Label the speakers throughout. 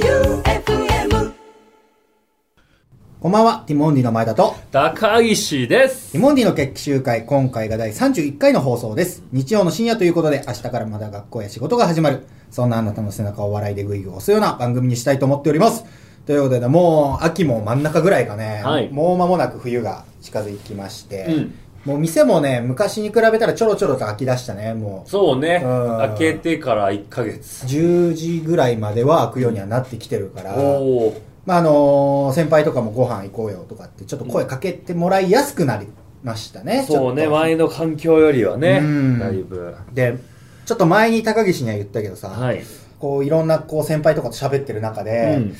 Speaker 1: J-O-E-U-F-M
Speaker 2: こんばんは、ティモンディの前田と、
Speaker 3: 高岸です。
Speaker 2: ティモンディの決起集会、今回が第31回の放送です。日曜の深夜ということで、明日からまだ学校や仕事が始まる。そんなあなたの背中を笑いでグイグイ押すような番組にしたいと思っております。ということで、もう秋も真ん中ぐらいがね、
Speaker 3: はい
Speaker 2: もう間もなく冬が近づいてきまして、
Speaker 3: うん
Speaker 2: もう店もね、昔に比べたらちょろちょろと飽き出したね、もう。
Speaker 3: そうね。
Speaker 2: うん
Speaker 3: 開けてから1ヶ月。
Speaker 2: 10時ぐらいまでは開くようにはなってきてるから、
Speaker 3: おー。
Speaker 2: まああの先輩とかもご飯行こうよとかってちょっと声かけてもらいやすくなりましたね、ち
Speaker 3: そ
Speaker 2: ょ
Speaker 3: う
Speaker 2: っ
Speaker 3: ね、
Speaker 2: と
Speaker 3: 前の環境よりはね
Speaker 2: うん、
Speaker 3: だいぶ。
Speaker 2: でちょっと前に高岸には言ったけどさ、
Speaker 3: はい。
Speaker 2: こういろんなこう先輩とかと喋ってる中で、
Speaker 3: うん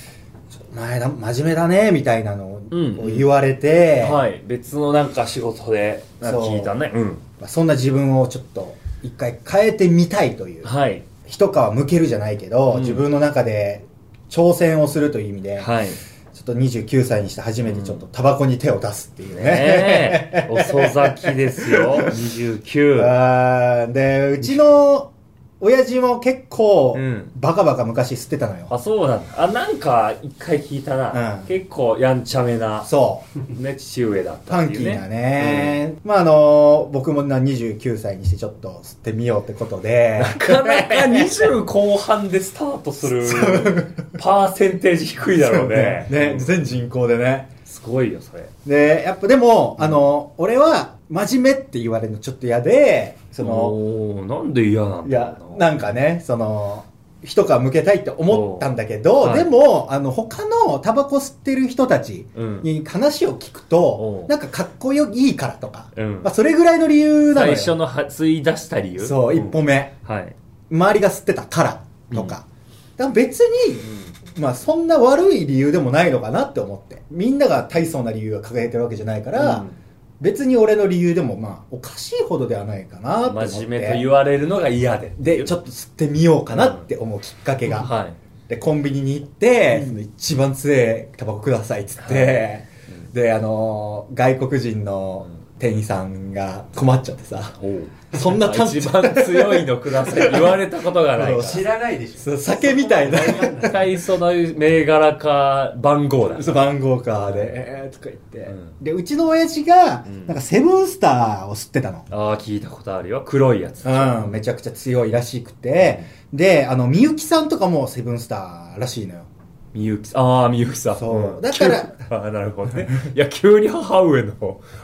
Speaker 2: ちょっと前田真面目だねみたいなのを
Speaker 3: うん
Speaker 2: こう言われて、
Speaker 3: はい。別のなんか仕事で、なんか
Speaker 2: そう
Speaker 3: 聞いたね。うん。
Speaker 2: まあそんな自分をちょっと一回変えてみたいという
Speaker 3: はい。
Speaker 2: 一皮むけるじゃないけど、
Speaker 3: うん
Speaker 2: 自分の中で挑戦をするという意味で、
Speaker 3: はい。
Speaker 2: ちょっと29歳にして初めてちょっとタバコに手を出すっていうね、
Speaker 3: ねえ。遅咲きですよ。29。
Speaker 2: あーで、うちの親父も結構
Speaker 3: うん、
Speaker 2: バカバカ昔吸ってたのよ。
Speaker 3: あ、そうなんだ。あ、なんか、一回聞いた
Speaker 2: う
Speaker 3: な。
Speaker 2: ん
Speaker 3: 結構、やんちゃめな、
Speaker 2: そう。
Speaker 3: ね、父上だっ
Speaker 2: パ
Speaker 3: たっ
Speaker 2: ン
Speaker 3: て
Speaker 2: キ
Speaker 3: いう
Speaker 2: ー
Speaker 3: ね。
Speaker 2: なね。まあ、あの、僕もな29歳にしてちょっと吸ってみようってことで、
Speaker 3: なかなか20後半でスタートするパーセンテージ低いだろうね。
Speaker 2: ね、
Speaker 3: うん
Speaker 2: 全人口でね。
Speaker 3: すごいよ、それ。
Speaker 2: で、やっぱでも、あの、俺は真面目って言われるのちょっと嫌で、その、
Speaker 3: おーなんで嫌なん
Speaker 2: い
Speaker 3: だ
Speaker 2: や
Speaker 3: ろう、な。
Speaker 2: なんかね、その、一皮向けたいって思ったんだけど、
Speaker 3: おうはい
Speaker 2: でも、あの、他のタバコ吸ってる人たち、
Speaker 3: うん。
Speaker 2: に話を聞くと
Speaker 3: お、う
Speaker 2: なんかかっこよいいからとか、
Speaker 3: うん
Speaker 2: まあ、それぐらいの理由なの
Speaker 3: 最
Speaker 2: よ。
Speaker 3: 初のは吸い出した理由
Speaker 2: そう、一歩目。
Speaker 3: うんはい。
Speaker 2: 周りが吸ってたからとか。だから別に、まあそんな悪い理由でもないのかなって思って。みんなが大層な理由が掲げてるわけじゃないから、別に俺の理由でもまあおかしいほどではないかなって
Speaker 3: う
Speaker 2: 思って。
Speaker 3: ん真面目と言われるのが嫌で。
Speaker 2: で、ちょっと吸ってみようかなって思うきっかけが。
Speaker 3: はい。
Speaker 2: で、コンビニに行って、その一番強いタバコくださいっつって、で、あのー外国人の店員さんが困っちゃってさ、そんな短
Speaker 3: 一番強いのください。言われたことがない か
Speaker 2: そ
Speaker 3: ら。
Speaker 2: う
Speaker 4: らないでし
Speaker 2: そう酒みたいな
Speaker 3: 絶対その銘柄か番号だな。
Speaker 2: そう番号カーで、えーとか言って、
Speaker 3: うん
Speaker 2: で、うちの親父が、
Speaker 3: ん
Speaker 2: なんかセブンスターを吸ってたの。
Speaker 3: ああ、聞いたことあるよ。黒いやつ。
Speaker 2: うん、めちゃくちゃ強いらしくて、で、あの、みゆきさんとかもセブンスターらしいのよ。
Speaker 3: みゆきさん。ああ、みゆきさん。
Speaker 2: そうんだから
Speaker 3: 急ああ、なるほどね。いや、急に母上の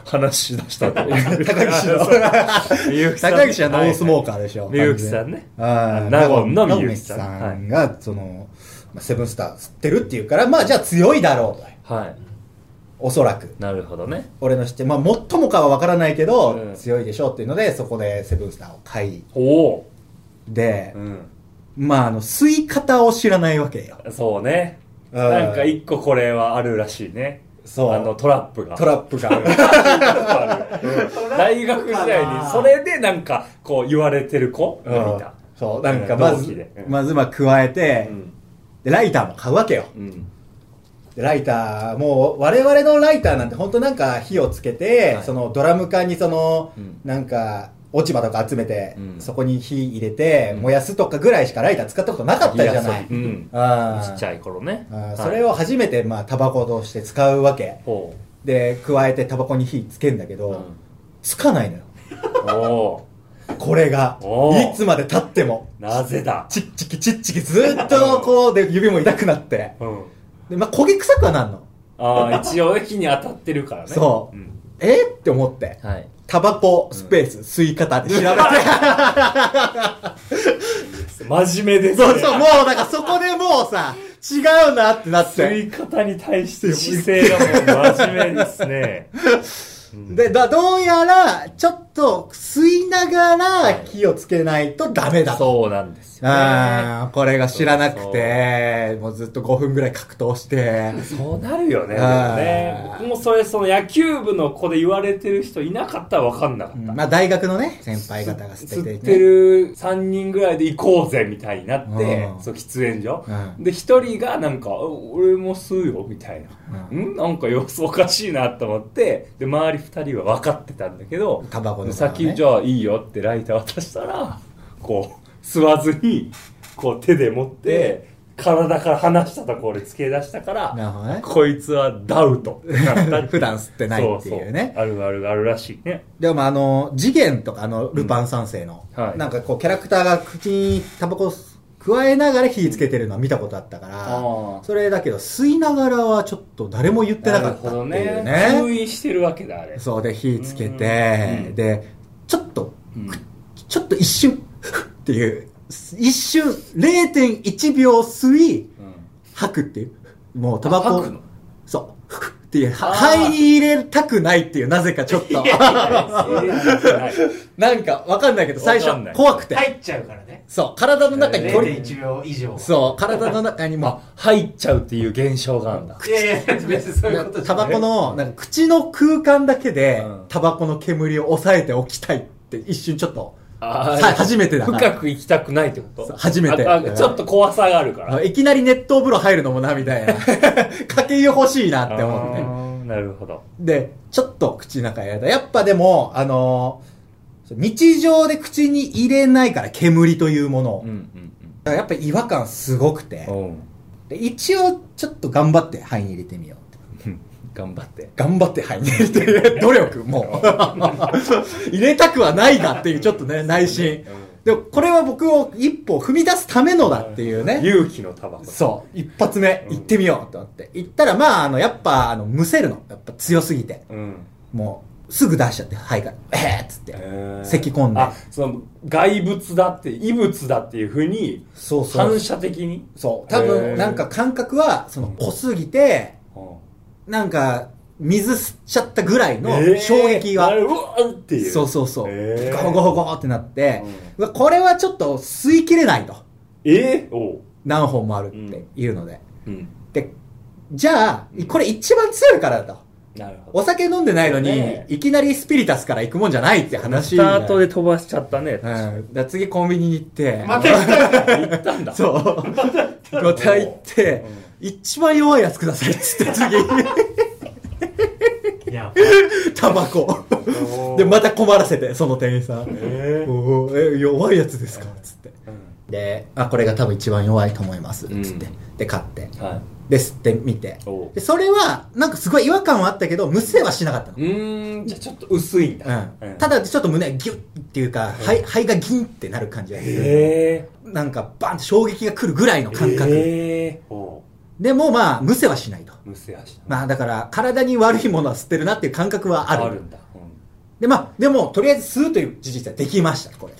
Speaker 3: 話し出したと。
Speaker 2: 高岸の
Speaker 3: みゆきさん。
Speaker 2: 高岸はノースモーカーでしょ。
Speaker 3: みゆきさんね
Speaker 2: 完全に
Speaker 3: あ
Speaker 2: あ
Speaker 3: 納言のみゆきさん
Speaker 2: 納言のみゆきさんが、その、まあセブンスター吸ってるっていうから、まあじゃあ強いだろうと。
Speaker 3: はい。
Speaker 2: おそらく。
Speaker 3: なるほどね。
Speaker 2: 俺の知って、まあ最もかはわからないけど、
Speaker 3: うん
Speaker 2: 強いでしょうっていうので、そこでセブンスターを買い。
Speaker 3: おお。
Speaker 2: で、
Speaker 3: うん。
Speaker 2: まああの、吸い方を知らないわけよ。
Speaker 3: そうね。
Speaker 2: うん
Speaker 3: なんか一個これはあるらしいね。
Speaker 2: そう
Speaker 3: あの、トラップが。
Speaker 2: トラップが。
Speaker 3: ップある。大学時代に、それでなんか、こう言われてる子 見
Speaker 2: うん
Speaker 3: た。
Speaker 2: そう、なんかま
Speaker 3: 同期
Speaker 2: ず
Speaker 3: で、うん
Speaker 2: まずまあ加えて、
Speaker 3: うん。
Speaker 2: でライターも買うわけよ。
Speaker 3: うん。
Speaker 2: でライター、もう我々のライターなんて本当なんか火をつけて、
Speaker 3: はい
Speaker 2: そのドラム缶にその、
Speaker 3: うん
Speaker 2: なんか落ち葉とか集めて、
Speaker 3: うん
Speaker 2: そこに火入れて、燃やすとかぐらいしかライター使ったことなかったじゃない。
Speaker 3: 火遊びうん
Speaker 2: あ
Speaker 3: ちっち
Speaker 2: い。
Speaker 3: ゃい頃ね
Speaker 2: あ。ーそれを初めてまあタバコとして使うわけ。
Speaker 3: ほ
Speaker 2: で、加えてタバコに火つけんだけど、
Speaker 3: う。うん
Speaker 2: つかないのよ。
Speaker 3: おお。
Speaker 2: これが、
Speaker 3: おー
Speaker 2: いつまで経っても。
Speaker 3: なぜだ。
Speaker 2: チッチキチッチキずっとこうで指も痛くなって。
Speaker 3: うん。
Speaker 2: で、まあ、焦げ臭くはなんの。
Speaker 3: ああ、一応火に当たってるからね。
Speaker 2: そう
Speaker 3: うん。
Speaker 2: えーって思って。
Speaker 3: はい。
Speaker 2: タバコ、スペース、吸い方で 調べて。
Speaker 3: 真面目ですね。
Speaker 2: そうそう、もうだからそこでもうさ、違うなってなっ
Speaker 3: 吸
Speaker 2: て。
Speaker 3: い方に対して姿勢がもう真面目ですね。
Speaker 2: で、だどうやら、ちょっと吸いなが
Speaker 3: は
Speaker 2: ら
Speaker 3: い
Speaker 2: 火をつけないとダメだと。
Speaker 3: そうなんですよ、ね。
Speaker 2: あーこれが知らなくて、もうずっと5分ぐらい格闘して。
Speaker 3: そうなるよね。で
Speaker 2: あ
Speaker 3: も
Speaker 2: ー
Speaker 3: ね僕もそれ、その野球部の子で言われてる人いなかったら分かんなかった。
Speaker 2: まあ大学のね、先輩方が捨
Speaker 3: 吸
Speaker 2: てて、ね。
Speaker 3: ってる3人ぐらいで行こうぜみたいになって
Speaker 2: う、ん
Speaker 3: そう喫煙所、
Speaker 2: うん
Speaker 3: で1人がなんか「お俺も吸うよ」みたいな、
Speaker 2: う
Speaker 3: うん、なんか様子おかしいなと思ってで周り2人は分かってたんだけど
Speaker 2: タバコのことはね
Speaker 3: 先じゃあいいよってライター渡したらこう吸わずにこう手で持って、体から離したところで突け出したから、
Speaker 2: なるほどね
Speaker 3: こいつはダウト。
Speaker 2: 普段吸ってないっていうね
Speaker 3: そそあるあるあるらしいね。
Speaker 2: でもあの、次元とかあの、ルパン三世の、
Speaker 3: うんはい
Speaker 2: なんかこう、キャラクターが口にタバコを加えながら火つけてるのは見たことあったか
Speaker 3: あ
Speaker 2: ら、
Speaker 3: ー
Speaker 2: それだけど吸いながらはちょっと誰も言ってなかったっていうね。
Speaker 3: なるほどね。封印してるわけだ、あれ。
Speaker 2: そうで、火つけ
Speaker 3: う
Speaker 2: て、
Speaker 3: ん
Speaker 2: で、ちょっと、
Speaker 3: うん
Speaker 2: ちょっと一瞬、っていう、一瞬0.1秒吸い、吐くっていう。もうタバコ
Speaker 3: あ吐くの
Speaker 2: そう。っていう、は
Speaker 3: あー
Speaker 2: 肺に入れたくないっていう、なぜかちょっと。
Speaker 3: いやいやいやいや
Speaker 2: なんか、わかんないけど、最
Speaker 3: わかんな
Speaker 2: 初
Speaker 3: い
Speaker 2: 怖くて。
Speaker 4: 入っちゃうからね。
Speaker 2: そう、体の中に取り、
Speaker 4: 0.1秒以上。
Speaker 2: そう、体の中にも、
Speaker 3: 入っちゃうっていう現象があるんだ。
Speaker 4: いやいや、別 にそういうことじ
Speaker 2: タ
Speaker 4: ゃない。
Speaker 2: バコの、なんか口の空間だけで
Speaker 3: うん、
Speaker 2: タバコの煙を抑えておきたいって、一瞬ちょっと、
Speaker 3: あー
Speaker 2: さ初めてだから
Speaker 3: 深く行きたくないってこ
Speaker 2: そう
Speaker 3: と
Speaker 2: 初めて
Speaker 3: ああちょっと怖さがあるから。
Speaker 2: あいきなり熱湯風呂入るのもな、みた いな。かけ湯欲しいなって思って
Speaker 3: あ。ーなるほど。
Speaker 2: で、ちょっと口の中やだ。やっぱでも、あのー日常で口に入れないから煙というものを。
Speaker 3: うん
Speaker 2: だか
Speaker 3: うん
Speaker 2: らやっぱ違和感すごくて
Speaker 3: う。ん。うん
Speaker 2: で一応ちょっと頑張って肺に入れてみようって。
Speaker 3: 頑張って。
Speaker 2: 頑張って肺に入れて る努力もう。入れたくはないがっていうちょっとね、内心。でもこれは僕を一歩踏み出すためのだっていうね。
Speaker 3: 勇気のタバコ。
Speaker 2: そう。一発目、行ってみようと思って。行ったら、まあ、あの、やっぱ、あの、むせるの。やっぱ強すぎて。
Speaker 3: うん。
Speaker 2: もう、すぐ出しちゃって、肺から、えーっつって。咳込んで
Speaker 3: あ、その、外物だって、異物だっていうふうに、
Speaker 2: そうそう
Speaker 3: 反。射的に。
Speaker 2: そう。多
Speaker 3: へー
Speaker 2: 分、なんか感覚は、その、濃すぎて、なんか、水吸っちゃったぐらいの
Speaker 3: えー
Speaker 2: 衝撃が
Speaker 3: な。るうわーっていう。
Speaker 2: そうそうそう。
Speaker 3: へー
Speaker 2: ゴホゴホゴホってなって、うわこれはちょっと吸い切れないと。
Speaker 3: えーおう。
Speaker 2: 何本もあるっていうので。
Speaker 3: うん。
Speaker 2: で、じゃあ、これ一番強いからだと。
Speaker 3: なるほど。
Speaker 2: お酒飲んでないのに、
Speaker 3: ね
Speaker 2: いきなりスピリタスから行くもんじゃないって話。
Speaker 3: スタートで飛ばしちゃったね。
Speaker 2: うん。だから次コンビニに行って。
Speaker 4: また来 た
Speaker 3: 行ったんだ。
Speaker 2: そう。また行って、一番弱いやつくださいっつって 次、
Speaker 4: いや、
Speaker 2: タバコ。
Speaker 3: おー
Speaker 2: で、また困らせて、その店員さん。
Speaker 3: えー
Speaker 2: おーえ弱いやつですかっつって。で、あ、これが多分一番弱いと思います。つ
Speaker 3: うん
Speaker 2: って。で、買って。
Speaker 3: はい。
Speaker 2: で、吸ってみて
Speaker 3: おう。
Speaker 2: で、それは、なんかすごい違和感はあったけど、無せはしなかったの
Speaker 3: う。ーん、じゃあちょっと薄いんだ。
Speaker 2: うん、ただちょっと胸がギュッっていうか、肺肺がギンってなる感じがする、
Speaker 3: え
Speaker 2: なんかバンって衝撃が来るぐらいの
Speaker 3: ー、
Speaker 2: 感覚、
Speaker 3: えー、おう
Speaker 2: でもまあむせはしないと
Speaker 3: むせ足
Speaker 2: まあだから体に悪いものは吸ってるなっていう感覚はある
Speaker 3: あるんだ、うん
Speaker 2: でまあでもとりあえず吸うという事実はできましたこれで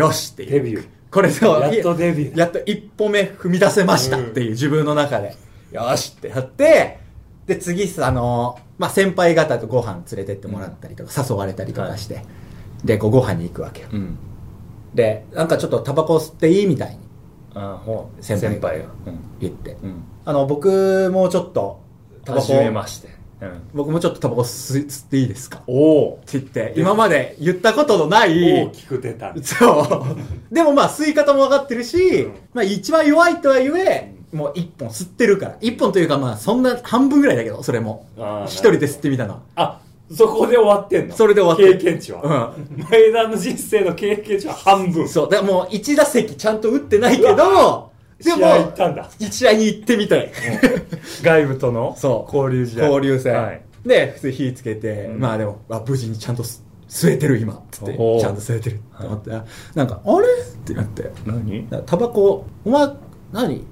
Speaker 2: よしっていう
Speaker 3: デビュー
Speaker 2: これそう
Speaker 3: やっとデビュー
Speaker 2: やっと一歩目踏み出せましたっていう自分の中で、よしってやってで次さあのまあ先輩方とご飯連れてってもらったりとか、誘われたりとかして、でこうご飯に行くわけよ、
Speaker 3: うん
Speaker 2: でなんかちょっとタバコ吸っていいみたいに
Speaker 3: あほう
Speaker 2: 先輩
Speaker 3: が
Speaker 2: 言って
Speaker 3: うんうん
Speaker 2: あの僕もちょっとタバコ
Speaker 3: 初めまして、うん、
Speaker 2: 僕もちょっとタバコ吸吸っていいですかっ
Speaker 3: おお
Speaker 2: て言って今まで言ったことのない
Speaker 3: 大きく出た
Speaker 2: そう。でもまあ、吸い方も分かってるし、
Speaker 3: うん
Speaker 2: まあ、一番弱いとはいえ、もう一本吸ってるから。一本というかまあ、そんな半分ぐらいだけど、それも
Speaker 3: あー。
Speaker 2: 一人で吸ってみたの。
Speaker 3: あそこで終わってんの
Speaker 2: それで終わって
Speaker 3: 経験値は、
Speaker 2: うん。
Speaker 3: 前田の人生の経験値は半分
Speaker 2: そう。だからもう、一打席ちゃんと打ってないけ
Speaker 3: う
Speaker 2: ど、で
Speaker 3: 試合行
Speaker 2: も
Speaker 3: っ、たんだ
Speaker 2: 一試合に行ってみたい。
Speaker 3: 外部との
Speaker 2: そう
Speaker 3: 交流試合
Speaker 2: 交流戦。
Speaker 3: はい
Speaker 2: で、普通火つけて、
Speaker 3: うん
Speaker 2: まあでも、あ無事にちゃんと吸吸えてる今、つって。ち
Speaker 3: おー
Speaker 2: ゃんと吸えてるって思って、なんか、あれってなって。
Speaker 3: 何
Speaker 2: タバコ、お前、何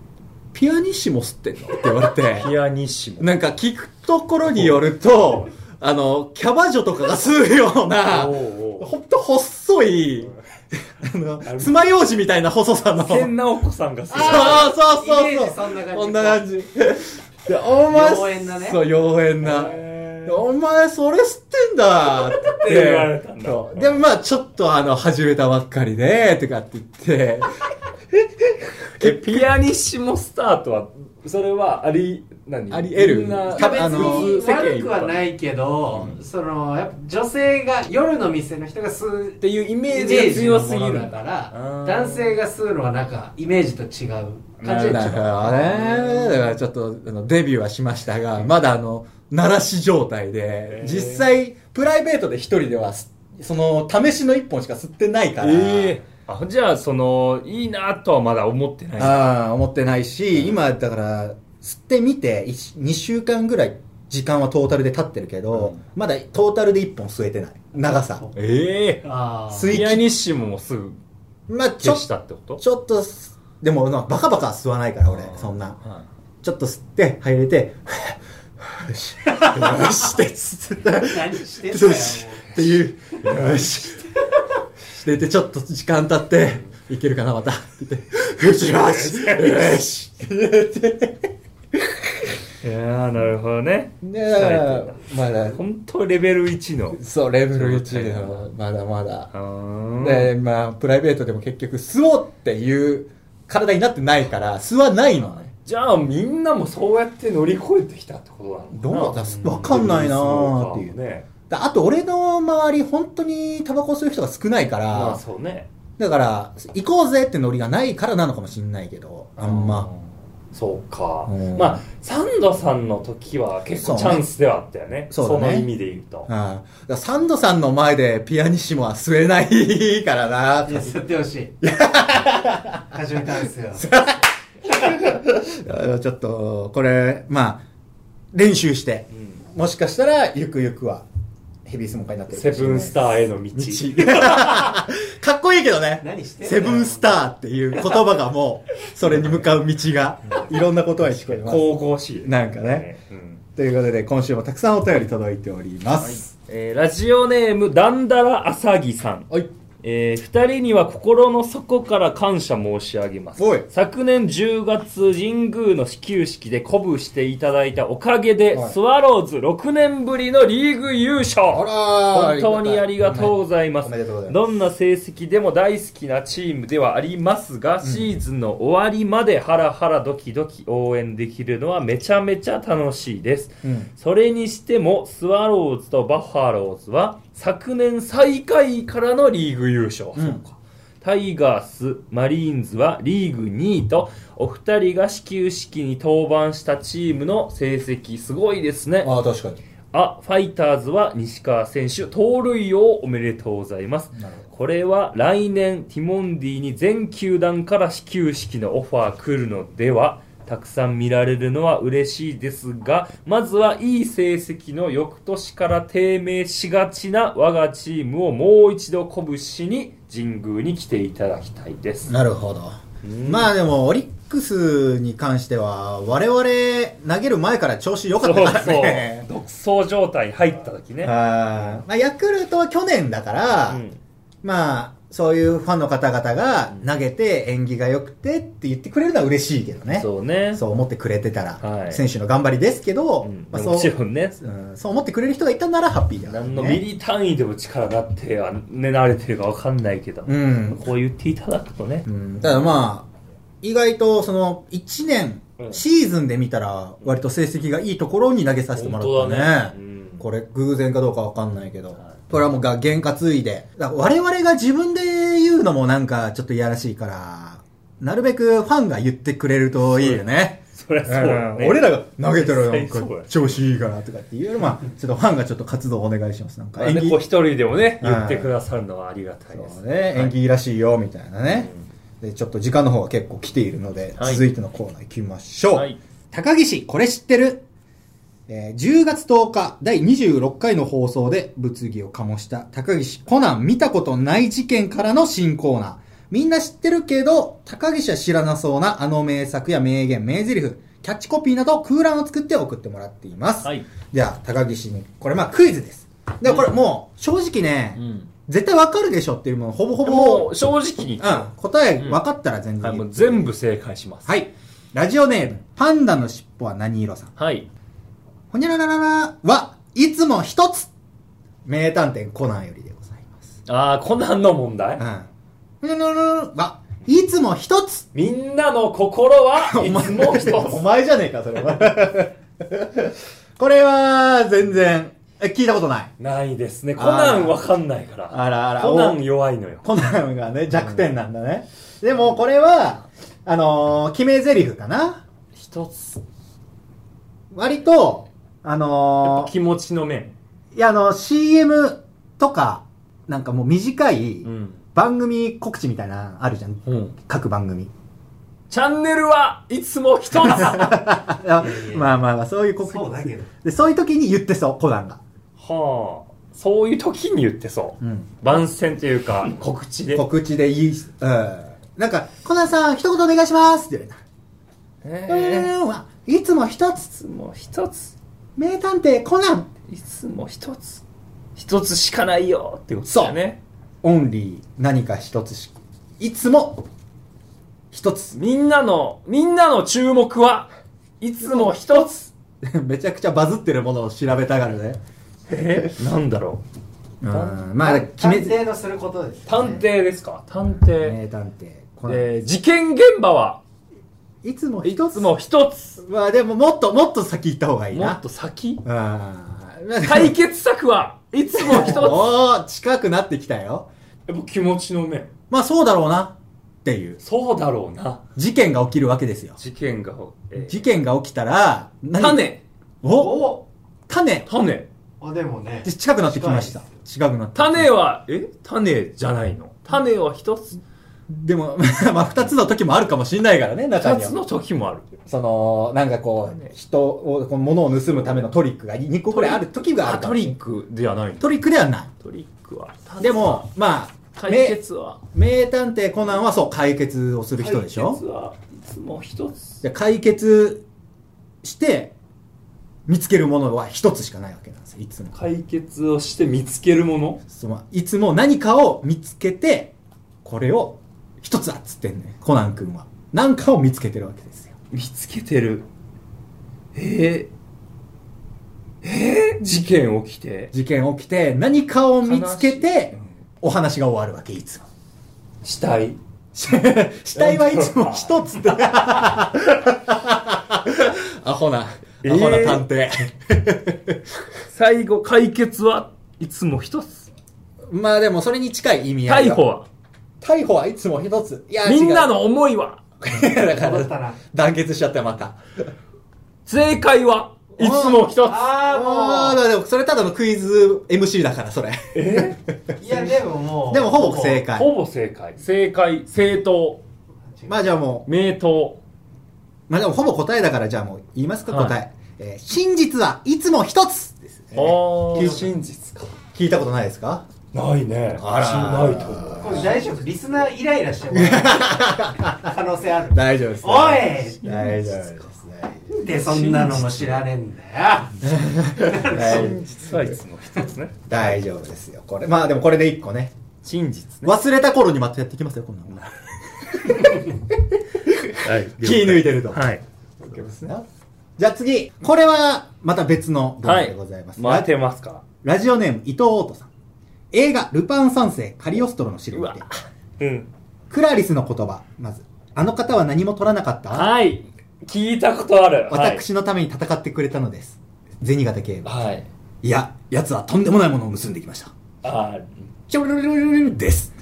Speaker 2: ピアニッシモ吸ってんのって言われて。
Speaker 3: ピアニッシモ
Speaker 2: なんか聞くところによると、あの、キャバ嬢とかが吸うような、
Speaker 3: おうおう
Speaker 2: ほんと細 い、あの、爪楊枝みたいな細さの。
Speaker 3: 千直子さんがする
Speaker 2: そうそうそう
Speaker 4: イメージ
Speaker 2: そう。
Speaker 4: そんな感じ。
Speaker 2: こんな感じ。でお前、
Speaker 4: 妖艶なね
Speaker 2: そう、妖艶な。
Speaker 3: へ
Speaker 2: でお前、それ吸ってんだって言って
Speaker 3: って言われたんだ
Speaker 2: そうでもまあ、ちょっとあの、始めたばっかりで、とかって言って、
Speaker 3: えピアニッシモスタートはそれはあり何
Speaker 2: あり得る
Speaker 3: みんな
Speaker 2: たあ
Speaker 4: 別
Speaker 2: の
Speaker 4: に悪くはい
Speaker 3: っ
Speaker 4: ないけど、その、やっぱ女性が、夜の店の人が吸う
Speaker 3: ていうイメ
Speaker 4: イ
Speaker 3: ー
Speaker 4: メー
Speaker 3: ジ
Speaker 4: ジ
Speaker 3: が強
Speaker 4: の
Speaker 3: す
Speaker 4: も
Speaker 3: ぎ
Speaker 4: の
Speaker 3: る
Speaker 4: だ
Speaker 3: ん
Speaker 4: か
Speaker 3: だ
Speaker 4: ら
Speaker 3: あー
Speaker 4: 男性が吸うのはなんかイメージと違う感じ
Speaker 2: なるほ
Speaker 4: が
Speaker 2: どね。だからちょっとあのデビューはしましたが、まだあの、鳴らし状態で
Speaker 3: へ、ー
Speaker 2: 実際、プライベートで一人ではす、その、試しの一本しか吸ってないから、
Speaker 3: えあじゃあそのいいなとはまだ思ってない
Speaker 2: ああ、思ってないし、今、だから、吸ってみて、2週間ぐらい時間はトータルで経ってるけど、まだトータルで1本吸えてない。長さ。
Speaker 3: ええ
Speaker 4: あー
Speaker 2: 吸い切
Speaker 3: 宮西ももうすぐ
Speaker 2: まあ、ちょ
Speaker 3: 消
Speaker 2: っ
Speaker 3: したってこと
Speaker 2: と、ちょっとす、でも、まあバカバカは吸わないから、俺
Speaker 3: あ、ー
Speaker 2: そんな。
Speaker 3: は
Speaker 2: ちょっと吸って、入れて、よし、よしって、つって、
Speaker 4: 何してんだよ
Speaker 2: よし、っていう、よし、してて、ちょっと時間経って、いけるかな、また、って言って、よし、よし、よし、
Speaker 3: いいやーなるほどね
Speaker 2: で、だから
Speaker 3: 疲れて、
Speaker 2: まだ
Speaker 3: る、本当レベル1の
Speaker 2: そう、レベル1の、まだまだ。
Speaker 3: あー
Speaker 2: で、まあ、プライベートでも結局、吸おうっていう体になってないから、吸わないのね。
Speaker 3: じゃあみんなもそうやって乗り越えてきたってことなの
Speaker 2: どうだったわかんないなーっていう
Speaker 3: ね
Speaker 2: だあと、俺の周り、本当にタバコ吸う人が少ないから、
Speaker 3: まあそうね
Speaker 2: だから、行こうぜってノリがないからなのかもしんないけど、あんま。
Speaker 3: そうか、
Speaker 2: うん
Speaker 3: まあサンドさんの時は結構チャンスではあったよねそ
Speaker 2: そうだね
Speaker 3: の意味で言うと
Speaker 2: うん、だからサンドさんの前でピアニッシモは吸えないからな。
Speaker 4: いや吸ってほしい始めたんですよ
Speaker 2: あちょっと、これ、まあ、練習して、もしかしたら、ゆくゆくは、ヘビースモーカーになってるか
Speaker 3: セ
Speaker 2: もしれ
Speaker 3: ブ
Speaker 2: ない
Speaker 3: ンスターへの道
Speaker 2: かっこいいけどね。
Speaker 4: 何してんだ
Speaker 2: セ
Speaker 4: よ
Speaker 2: ブンスターっていう言葉がもう、それに向かう道が、いろんなことは聞こえます。
Speaker 3: 神々しい
Speaker 2: なんかね、
Speaker 3: うん
Speaker 2: ということで、今週もたくさんお便り届いております。
Speaker 3: えーラジオネームダンダラアサギさん
Speaker 2: はい。
Speaker 3: えー、2人には心の底から感謝申し上げます
Speaker 2: おい
Speaker 3: 昨年10月神宮の始球式で鼓舞していただいたおかげで、
Speaker 2: はい
Speaker 3: スワローズ6年ぶりのリーグ優勝
Speaker 2: あら
Speaker 3: 本当にありがとうございます
Speaker 2: おめでとうございます。
Speaker 3: どんな成績でも大好きなチームではありますが、シーズンの終わりまでハラハラドキドキ応援できるのはめちゃめちゃ楽しいです、
Speaker 2: うん
Speaker 3: それにしてもスワローズとバファローズは昨年最下位からのリーグ優勝、
Speaker 2: うん
Speaker 3: そうかタイガース、マリーンズはリーグ2位と、お二人が始球式に登板したチームの成績すごいですね。
Speaker 2: ああ、確かに。
Speaker 3: あ、ファイターズは西川選手、盗塁王おめでとうございます。
Speaker 2: なるほど
Speaker 3: これは来年、ティモンディに全球団から始球式のオファー来るのではたくさん見られるのは嬉しいですが、まずはいい成績の翌年から低迷しがちな我がチームをもう一度鼓舞しに神宮に来ていただきたいです。
Speaker 2: なるほど。
Speaker 3: ん
Speaker 2: まあでも、オリックスに関しては、我々、投げる前から調子良かったからね。
Speaker 3: 独走状態入った時 ね。
Speaker 2: あーまあ、ヤクルトは去年だから、
Speaker 3: うん
Speaker 2: まあ、そういうファンの方々が投げて縁起が良くてって言ってくれるのは嬉しいけどね。
Speaker 3: そうね。
Speaker 2: そう思ってくれてたら、
Speaker 3: はい
Speaker 2: 選手の頑張りですけど、
Speaker 3: うん
Speaker 2: まあ、
Speaker 3: も
Speaker 2: そ
Speaker 3: ち
Speaker 2: う、
Speaker 3: ろんね、
Speaker 2: うん、そう思ってくれる人がいたならハッピーだから、ね。
Speaker 3: 何のミリ単位でも力があってはね慣れてるか分かんないけど、
Speaker 2: うん。
Speaker 3: こう言っていただくとね、
Speaker 2: うん、ただまあ、意外とその1年、
Speaker 3: うん
Speaker 2: シーズンで見たら割と成績がいいところに投げさせてもらったね。
Speaker 3: うん
Speaker 2: これ偶然かどうかわかんないけど、
Speaker 3: はい
Speaker 2: これはもうが験担いでだから我々が自分で言うのもなんかちょっといやらしいからなるべくファンが言ってくれるといいよね
Speaker 3: そりゃそうだね、
Speaker 2: うん俺らが投げてるなん
Speaker 3: 実
Speaker 2: か
Speaker 3: 際そうや
Speaker 2: 調子いいからとかっていうよりまあちょっとファンがちょっと活動お願いしますなん
Speaker 3: ま
Speaker 2: か
Speaker 3: あ
Speaker 2: 演
Speaker 3: ね
Speaker 2: 技
Speaker 3: こう一人でもね
Speaker 2: うん
Speaker 3: 言ってくださるのはありがたいです、
Speaker 2: そうね演技らしいよみたいなね、でちょっと時間の方が結構来ているので、
Speaker 3: はい
Speaker 2: 続いてのコーナー行きましょう、
Speaker 3: はい
Speaker 2: 高岸これ知ってる、えー10月10日第26回の放送で物議を醸した高岸コナン見たことない事件からの新コーナーみんな知ってるけど高岸は知らなそうなあの名作や名言名台詞キャッチコピーなど空欄を作って送ってもらっています、
Speaker 3: はい
Speaker 2: じゃあ高岸にこれまあクイズですでこれもう正直ね、
Speaker 3: うん
Speaker 2: 絶対わかるでしょっていうもうほぼほぼ、
Speaker 3: も
Speaker 2: う
Speaker 3: う正直に、
Speaker 2: ん、答え分かったら全
Speaker 3: は
Speaker 2: 然
Speaker 3: い、
Speaker 2: いい
Speaker 3: もう全部正解します
Speaker 2: はい。ラジオネーム、パンダの尻尾は何色さん。
Speaker 3: はい
Speaker 2: ほにゃららららはいつも一つ名探偵コナンよりでございます。
Speaker 3: ああコナンの問
Speaker 2: う
Speaker 3: 題
Speaker 2: ん。ほにゃららららはいつも一つ
Speaker 3: みんなの心 はいつも一 つ
Speaker 2: お前じゃねえか、それは。 これは、全然、え聞いたことない。
Speaker 3: ないですねコナンわかんないから
Speaker 2: あらあら。
Speaker 3: コナン弱いのよ
Speaker 2: コナンがね、弱点なんだね。でも、これは、あのー、決め台詞かな
Speaker 3: 一つ
Speaker 2: 割と、あ
Speaker 3: やっ
Speaker 2: の
Speaker 3: ぱ
Speaker 2: ー
Speaker 3: 気持ちの面
Speaker 2: いや、あの、CM とか、なんかもう短い
Speaker 3: うん
Speaker 2: 番組告知みたいなのあるじゃん、
Speaker 3: うん
Speaker 2: 各番組
Speaker 3: チャンネルはいつも 一つは
Speaker 2: あまあまあまあそういう告知
Speaker 4: そうだけど
Speaker 2: でそういう時に言ってそうコナンが、
Speaker 3: あそういう時に言ってそう、
Speaker 2: うん
Speaker 3: 番宣というか告知で
Speaker 2: 告知でいい、うん、なんか「コナンさん一言お願いします」って言われた
Speaker 3: ええ
Speaker 2: うーんはいつも一
Speaker 3: い
Speaker 2: つ
Speaker 3: つも一つ
Speaker 2: 名探偵コナン
Speaker 3: いつも一つ一つしかないよってことだよね
Speaker 2: オンリー何か一つしいつも一つ
Speaker 3: みんなのみんなの注目はいつも一つ
Speaker 2: めちゃくちゃバズってるものを調べたがるね
Speaker 3: えなんだろう
Speaker 2: うんまあ決め
Speaker 4: 探偵のすることですよね
Speaker 3: 探偵ですか探偵、
Speaker 2: 名探偵コナン、
Speaker 3: えー事件現場はい
Speaker 2: つも
Speaker 3: い
Speaker 2: 一つ
Speaker 3: つも一つ
Speaker 2: まあでももっともっと先行った方がいい
Speaker 3: も
Speaker 2: な
Speaker 3: っと先
Speaker 2: うん
Speaker 3: 解決策はいつも一 つ
Speaker 2: おー近くなってきたよ
Speaker 3: やっぱ気持ちの面
Speaker 2: まあそうだろうなっていう
Speaker 3: そうだろうな
Speaker 2: 事件が起きるわけですよ
Speaker 3: 事件が、えー
Speaker 2: 事件が起きたら何
Speaker 3: 種
Speaker 2: お
Speaker 4: お
Speaker 2: 種
Speaker 3: 種
Speaker 4: あでもね
Speaker 2: で近くなってきました
Speaker 4: 近い
Speaker 2: 近くなって
Speaker 3: 種はえ種じゃないの種は一つ
Speaker 2: でも、 まあ、二つの時もあるかもしれないからね、中
Speaker 3: 二
Speaker 2: に
Speaker 3: つの
Speaker 2: は。
Speaker 3: 時もある
Speaker 2: その、なんかこう、人を、この物を盗むためのトリックが2個くらいある時があ
Speaker 3: あ
Speaker 2: るか
Speaker 3: ト
Speaker 2: もしれない。
Speaker 3: リックではないの
Speaker 2: トリックではな。
Speaker 3: トリックはい
Speaker 2: でも、まあ、
Speaker 3: 解
Speaker 2: 名
Speaker 3: 決は
Speaker 2: 名探偵コナンはそう、解決をする人でし
Speaker 3: 解決
Speaker 2: ょ
Speaker 3: はいつも一つ
Speaker 2: で解決して、見つけるものは一つしかないわけなんですよ、いつも。
Speaker 3: 解決をして見つけるもの
Speaker 2: そのいつも何かを見つけて、これを一つだっつってんね、コナン君は。何かを見つけてるわけですよ。
Speaker 3: 見つけてるえー、えー、事件起きて
Speaker 2: 事件起きて何かを見つけ
Speaker 3: う
Speaker 2: て
Speaker 3: ん
Speaker 2: お話が終わるわけいつも
Speaker 3: 死体
Speaker 2: 死体はいつ も一つってアホなア
Speaker 3: えー
Speaker 2: ホな探偵、
Speaker 3: 最後解決はいつも一つ
Speaker 2: まあでもそれに近い意味合い
Speaker 3: 逮
Speaker 2: が
Speaker 3: 捕は
Speaker 2: 逮捕はいつも一ついや
Speaker 3: みんな
Speaker 2: の
Speaker 3: の思いは
Speaker 2: だか
Speaker 4: 戻った
Speaker 2: ら
Speaker 4: な
Speaker 2: 団結しちゃったよまた
Speaker 3: 正解はいつも一つ
Speaker 4: あ
Speaker 2: あ
Speaker 4: あ
Speaker 2: あでもそれただのクイズ MC だからそれ
Speaker 3: え
Speaker 4: もういやでももう
Speaker 2: でもほぼ正解
Speaker 3: ほぼ正解正解正当
Speaker 2: まあじゃあもう
Speaker 3: 名答
Speaker 2: まあでもほぼ答えだからじゃあもう言いますか
Speaker 3: はい
Speaker 2: 答え、えー真実はいつも一つですね
Speaker 3: あ
Speaker 2: ー
Speaker 3: 真実か
Speaker 2: 聞いたことないですか
Speaker 3: ないね
Speaker 2: あら
Speaker 3: しないと思う
Speaker 4: これ大丈夫リスナーイライラしてもら う可能性ある
Speaker 2: 大丈夫です
Speaker 4: おい
Speaker 2: 大丈夫ですね
Speaker 4: でそんなのも知らねえんだよ
Speaker 3: 真実はいつも一つね
Speaker 2: 大丈夫ですよこれまあでもこれで一個ね
Speaker 3: 真実ね
Speaker 2: 忘れた頃にまたやってきますよこんなの
Speaker 3: はい
Speaker 2: 気抜いてると
Speaker 3: はい
Speaker 2: じゃあ次これはまた別の動画でございます、
Speaker 3: 待て
Speaker 2: ラ
Speaker 3: ますか
Speaker 2: ラジオネーム伊藤オートさん映画「ルパン三世カリオストロの城」にて
Speaker 3: うわうん
Speaker 2: クラリスの言葉まず「あの方は何も取らなかった、
Speaker 3: はい聞いたことある
Speaker 2: 私のために戦ってくれたのです」銭形警部
Speaker 3: はい
Speaker 2: いや奴はとんでもないものを盗んできました
Speaker 3: あー
Speaker 2: チョルルルルルルです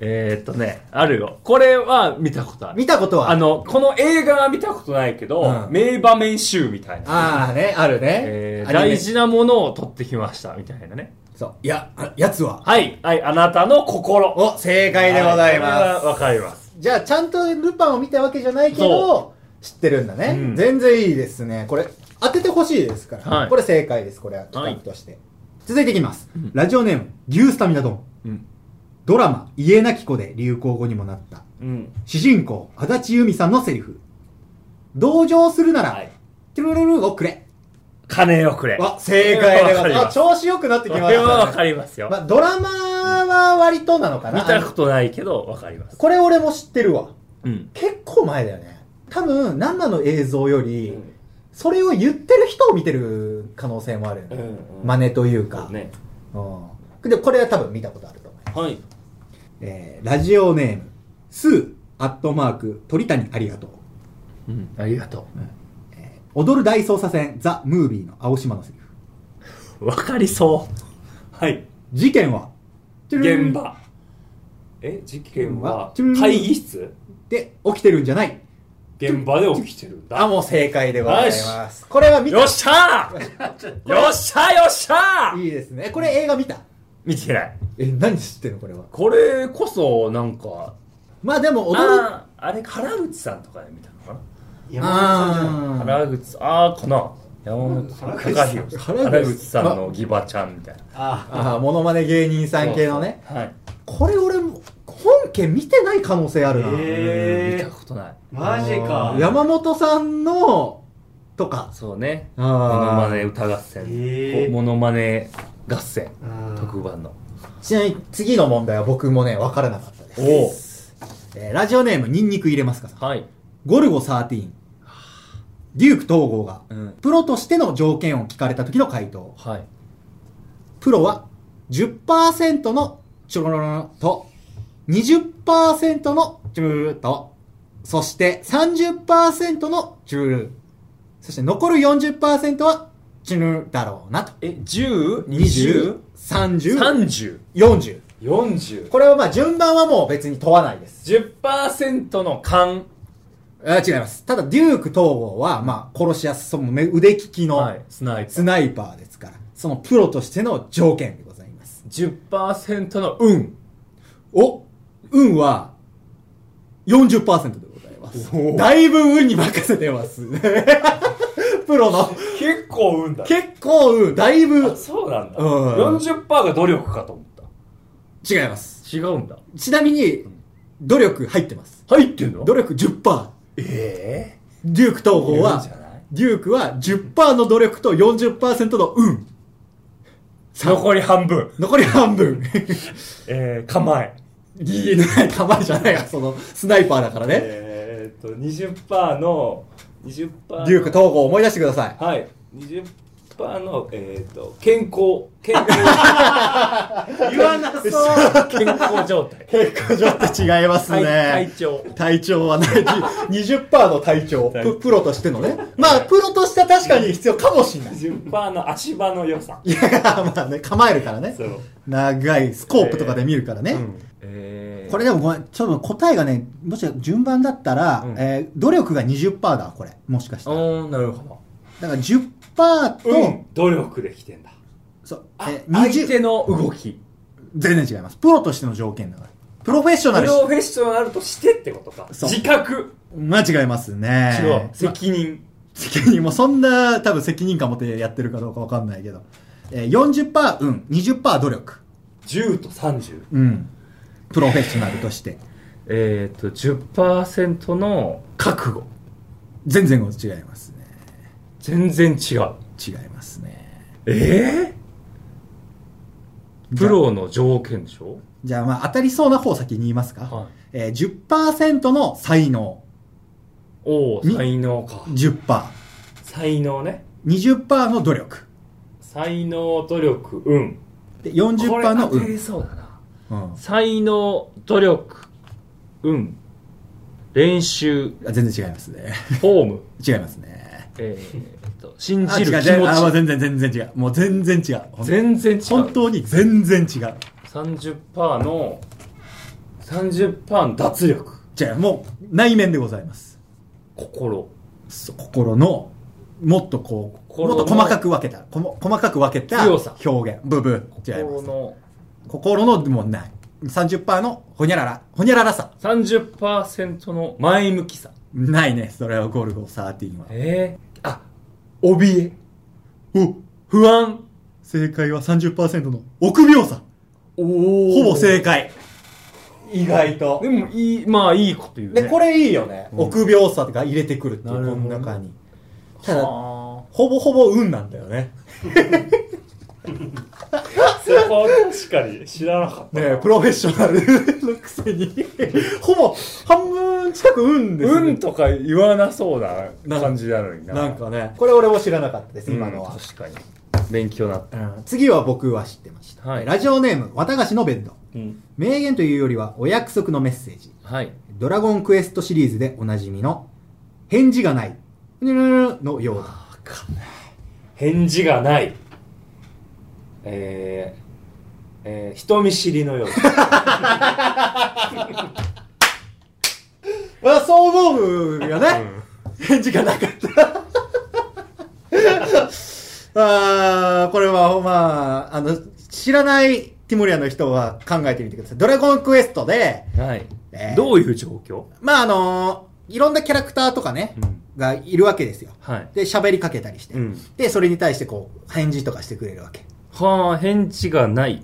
Speaker 3: えーっとねあるよこれは見たことある
Speaker 2: 見たことは
Speaker 3: あのこの映画は見たことないけど、
Speaker 2: うん
Speaker 3: 名場面集みたいな
Speaker 2: ああねあるね、
Speaker 3: えー
Speaker 2: アニメ
Speaker 3: 大事なものを取ってきましたみたいなね
Speaker 2: そういやあやつは
Speaker 3: はいはいあなたの心
Speaker 2: お正解でござい
Speaker 3: は
Speaker 2: ま
Speaker 3: これはわかります
Speaker 2: すじゃあちゃんとルパンを見たわけじゃないけど知ってるんだね、
Speaker 3: うん
Speaker 2: 全然いいですねこれ当ててほしいですから、
Speaker 3: はい
Speaker 2: これ正解ですこれは企画として、続いていきます、
Speaker 3: ん
Speaker 2: ラジオネーム牛スタミナ丼
Speaker 3: うん、
Speaker 2: ドラマ「家なき子」で流行語にもなった
Speaker 3: うん、
Speaker 2: 主人公足立由美さんのセリフ同情するなら、
Speaker 3: はい
Speaker 2: トゥルルルルをくれ
Speaker 3: 金をくれ
Speaker 2: あ正解でご
Speaker 3: わか
Speaker 2: ざい
Speaker 3: り
Speaker 2: ますあ
Speaker 3: ます
Speaker 2: 調子よくなってきました、
Speaker 3: これはわかりますよ、
Speaker 2: まあ、ドラマは割となのかな
Speaker 3: 見たことないけどわかります
Speaker 2: これ俺も知ってるわ
Speaker 3: うん
Speaker 2: 結構前だよね多分生の映像より、
Speaker 3: うん
Speaker 2: それを言ってる人を見てる可能性もあるよね、
Speaker 3: うんうん
Speaker 2: 真似というか
Speaker 3: ね
Speaker 2: うんでこれは多分見たことあると思います、
Speaker 3: はい
Speaker 2: えーラジオネームスーアットマーク鳥谷ありがとう
Speaker 3: うんありがと
Speaker 2: 踊る大捜査線ザ・ムービーの青島のセリフ
Speaker 3: うわかりそうはい
Speaker 2: 事件は
Speaker 3: 現場え事件は会議室
Speaker 2: で起きてるんじゃない
Speaker 3: 現場で起きてるんだ
Speaker 2: あもう正解でございますこれは見た
Speaker 3: よっしゃーよっしゃーよっしゃー
Speaker 2: いいですねこれ映画見た
Speaker 3: 見てない
Speaker 2: え何知ってるのこれは
Speaker 3: これこそなんか
Speaker 2: まあでも驚く
Speaker 3: あーあれ原口さんとかで見たのかな、
Speaker 4: 山本さんじゃない
Speaker 2: あー
Speaker 3: 原口ああかな山本
Speaker 4: 原
Speaker 3: 隆
Speaker 4: 口
Speaker 3: 弘
Speaker 4: さ
Speaker 2: 原口さ
Speaker 4: ん
Speaker 2: ん
Speaker 3: 原口さんのギバちゃんみたいな
Speaker 4: あ
Speaker 2: あーモノマネ芸人さん系のね
Speaker 3: そうそうはい
Speaker 2: これ俺も本家見てない可能性あるな、
Speaker 4: へ
Speaker 3: 見
Speaker 4: え
Speaker 3: たことない
Speaker 4: マジか
Speaker 2: あー山本さんのとか
Speaker 3: そうね
Speaker 2: あ
Speaker 3: モノマ
Speaker 2: ー
Speaker 3: ネ歌合戦、
Speaker 4: へー
Speaker 3: モノマネ合戦
Speaker 4: うん
Speaker 3: 特番の
Speaker 2: ちなみに次の問題は僕もね分からなかったです、
Speaker 3: おお
Speaker 2: えーラジオネームニンニク入れますかさん
Speaker 3: はい、
Speaker 2: ゴルゴ13デューク統合が
Speaker 3: うん、
Speaker 2: プロとしての条件を聞かれた時の回答
Speaker 3: はい
Speaker 2: プロは10%のチョロロロロと20%のチュルルルとそして30%のチュルルルそして残る40%はチュルルルだろうなと
Speaker 3: え10203040
Speaker 2: 203040これはまあ順番はもう別に問わないです
Speaker 3: 10%の勘
Speaker 2: あ違いますただデューク統合はまあ殺しやすそうめ腕利き
Speaker 3: は
Speaker 2: の
Speaker 3: いスナイパ
Speaker 2: ス
Speaker 3: ー
Speaker 2: ナイパーですからそのプロとしての条件でございます
Speaker 3: 10%の運
Speaker 2: お運は40%でございます。だいぶ運に任せてます。 プロの。
Speaker 3: 結構運だ
Speaker 2: 結構運、だいぶ
Speaker 3: あ。そうなんだ、
Speaker 2: うん
Speaker 3: 40%が努力かと思った
Speaker 2: 違います。
Speaker 3: 違うんだ
Speaker 2: ちなみに、努力入ってます。
Speaker 3: 入ってんの
Speaker 2: 努力10%。
Speaker 3: え
Speaker 2: デューク統
Speaker 3: え
Speaker 2: 合は、デュークは10%の努力と40%の運。
Speaker 3: 残り半分
Speaker 2: 残り半分。
Speaker 3: えー、構え
Speaker 2: DNA 構えじゃないや、その、スナイパーだからね。
Speaker 3: えー、っと20%の20%の
Speaker 2: デューク統合を思い出してください。
Speaker 3: はい20%のえー、っと健康健康
Speaker 4: 言わなそう
Speaker 3: 健康状態
Speaker 2: 結構ちょっと違いますね。
Speaker 3: 体体調
Speaker 2: 体調 はない。20%の体調。
Speaker 3: 体
Speaker 2: ププロとしてのね。まあ、プロとしては確かに必要かもしれない。い
Speaker 3: 10%の足場の良さ
Speaker 2: や、まあね、構えるからね
Speaker 3: そ。う
Speaker 2: 長い、スコープとかで見るからね。
Speaker 3: えー、
Speaker 2: これでもごめん、ちょっと答えがね、もし順番だったら、
Speaker 3: うん
Speaker 2: えー努力が20%だ、これ。もしかしたら。
Speaker 3: おーなるほど
Speaker 2: だから10%と、
Speaker 3: うん努力できてんだ
Speaker 2: そう、え
Speaker 3: あ
Speaker 2: ー、
Speaker 3: 相手
Speaker 2: 20、
Speaker 3: の動き
Speaker 2: 全然違います。プロとしての条件だから。プロフェッショナ
Speaker 3: プ
Speaker 2: ルし
Speaker 3: ロフェッショナルとしてってことか
Speaker 2: そう
Speaker 3: 自覚
Speaker 2: 間違いますね。まあ
Speaker 3: 責任
Speaker 2: 責任もそんな多分責任感持ってやってるかどうかわかんないけど、えー、40%運20%努力
Speaker 3: 10と30
Speaker 2: うんプロフェッショナルとして
Speaker 3: えっ、ー、と10%の覚悟
Speaker 2: 全然違いますね
Speaker 3: 全然違う
Speaker 2: 違いますね
Speaker 3: ええ
Speaker 2: じゃ
Speaker 3: プ
Speaker 2: あ
Speaker 3: ロの条件でしょ
Speaker 2: じゃあまあ当たりそうな方先に言いますか、
Speaker 3: はい
Speaker 2: えー、10%の才能
Speaker 3: おお
Speaker 2: に
Speaker 3: 才能か
Speaker 2: 10%20%
Speaker 3: 才能ね
Speaker 2: の努力
Speaker 3: 才能努力運
Speaker 2: で
Speaker 3: これ
Speaker 2: 40%の
Speaker 3: 当て
Speaker 2: 運、
Speaker 3: れそうだな
Speaker 2: うん、
Speaker 3: 才能努力運練習
Speaker 2: あ全然違いますね
Speaker 3: フォー ム
Speaker 2: 違いますね
Speaker 3: えー、っと信
Speaker 2: あ
Speaker 3: じ
Speaker 2: 違う
Speaker 3: る気
Speaker 2: 違うあもう
Speaker 3: 持ち
Speaker 2: 全然全然違うもう全然違うほん
Speaker 3: 全然違う
Speaker 2: 本当に全然違う
Speaker 3: 30%の30%の脱力
Speaker 2: じゃあもう内面でございます
Speaker 3: 心
Speaker 2: そう心のもっとこう
Speaker 3: 心
Speaker 2: もっ
Speaker 3: の
Speaker 2: と細かく分けたこも細かく分けた
Speaker 3: 強さ
Speaker 2: 表現部分違いま
Speaker 3: 心
Speaker 2: す
Speaker 3: の
Speaker 2: 心のもうない30%のほにゃららほにゃららさ
Speaker 3: 30%の前向きさ
Speaker 2: ないねそれはゴルゴ13は
Speaker 3: ええあ怯え
Speaker 2: お
Speaker 3: 不安
Speaker 2: 正解は30%の臆病さ
Speaker 3: お
Speaker 2: ほ
Speaker 3: ほ
Speaker 2: ぼ正解意外と
Speaker 3: でもいいまあいいこと言うね
Speaker 2: でこれいいよね、
Speaker 3: うん
Speaker 2: 臆病さが入れてくるっていう
Speaker 3: なるほ
Speaker 2: こ
Speaker 3: どね
Speaker 2: の中にただ
Speaker 3: は
Speaker 2: ほぼほぼ運なんだよね
Speaker 3: あそこは確かに知らなかった
Speaker 2: ねえ、プロフェッショナルのくせ に、ほぼ半分近く運です、ね。
Speaker 3: 運とか言わなそうな感じなのにな
Speaker 2: なんかね、これ俺も知らなかったです、今
Speaker 3: 今
Speaker 2: の
Speaker 3: の
Speaker 2: は
Speaker 3: は。確かに勉強になった
Speaker 2: うん次は僕は知ってました。
Speaker 3: はい
Speaker 2: ラジオネーム、綿菓子のベッド。
Speaker 3: うん
Speaker 2: 名言というよりは、お約束のメッセージ。
Speaker 3: はい
Speaker 2: ドラゴンクエストシリーズでおなじみの、返事がない、ぬるぬるのようだ。
Speaker 3: 返事がないえーえー、人見知りのようだ
Speaker 2: まあ、そう思うよね。返事がなかった。あーこれは、まあ、あの、知らないティモリアの人は考えてみてください。ドラゴンクエストで、
Speaker 3: はい、
Speaker 2: ね
Speaker 3: どういう状況、
Speaker 2: まああのいろんなキャラクターとかね、
Speaker 3: うん
Speaker 2: がいるわけですよ。
Speaker 3: はい
Speaker 2: で、喋りかけたりして、
Speaker 3: うん
Speaker 2: で、それに対してこう、返事とかしてくれるわけ。
Speaker 3: はあ返事がない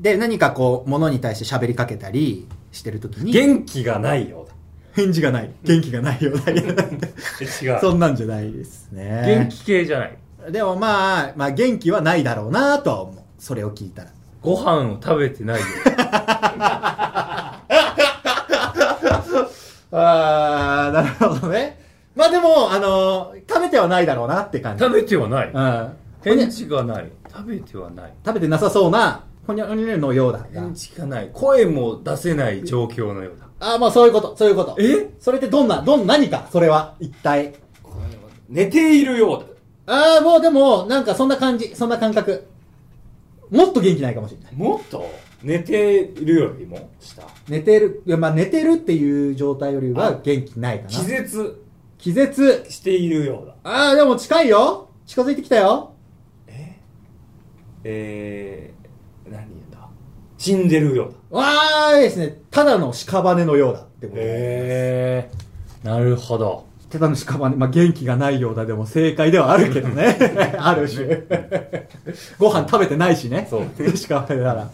Speaker 2: で、何かこう、ものに対して喋りかけたりしてるときに、
Speaker 3: 元気がないようだ
Speaker 2: 返事がない。元気がないよ。
Speaker 3: え違う
Speaker 2: そんなんじゃないです
Speaker 3: 元
Speaker 2: ね。
Speaker 3: 気系じゃない
Speaker 2: でもまあ、まあ元気はないだろうなとは思う。それを聞いたら。
Speaker 3: ご飯を食べて ないよ
Speaker 2: ああ、なるほどね。まあでも、あの食べてはないだろうなって感じ。
Speaker 3: 食べてはない
Speaker 2: うん。
Speaker 3: 返事がない食べてはない
Speaker 2: 食べてなさそうな、ほにゃほにゃのようだ。
Speaker 3: 返事がない声も出せない状況のようだ
Speaker 2: ああ、まあそういうこと、そういうこと。
Speaker 3: え
Speaker 2: それってどんな、どん、何か、それは、一体。
Speaker 3: 寝ているようだ
Speaker 2: ああ、もうでも、なんかそんな感じ、そんな感覚。もっと元気ないかもしれない。
Speaker 3: もっと寝ているよりも下
Speaker 2: 寝てる、いやまあ寝てるっていう状態よりは元気ないかな。
Speaker 3: 気絶
Speaker 2: 気絶。
Speaker 3: しているようだ
Speaker 2: ああ、でも近いよ。近づいてきたよ。
Speaker 3: ええー、何言うんだ死んでるようだ
Speaker 2: わーいですね。ただの屍のようだってこと
Speaker 3: へえなるほど
Speaker 2: ただの屍、まあ、元気がないようだでも正解ではあるけどね。 ある種。ご飯食べて ないしね。
Speaker 3: そう
Speaker 2: 屍なら。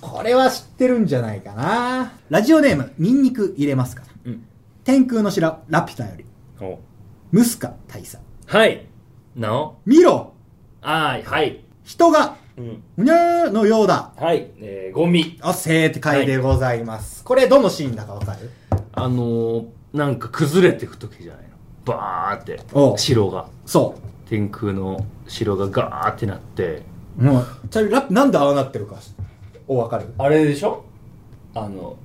Speaker 2: これは知ってるんじゃないかな。ラジオネーム、ニンニク入れますから。
Speaker 3: うん
Speaker 2: 天空の城、ラピュタより。
Speaker 3: お
Speaker 2: ムスカ大佐。
Speaker 3: はいなお
Speaker 2: 見ろ
Speaker 3: あーはい
Speaker 2: 人が、
Speaker 3: うん
Speaker 2: うにゃーのようだ。
Speaker 3: はいえー、ゴミ
Speaker 2: あ、正解でございます。これどのシーンだかわかる
Speaker 3: あのー、なんか崩れてく時じゃないのバーって
Speaker 2: おう
Speaker 3: 城が
Speaker 2: そ
Speaker 3: 天空の城がガーってなって
Speaker 2: う。もう、ちなみにラなんでああなってるか、おわかる
Speaker 3: あれでしょあの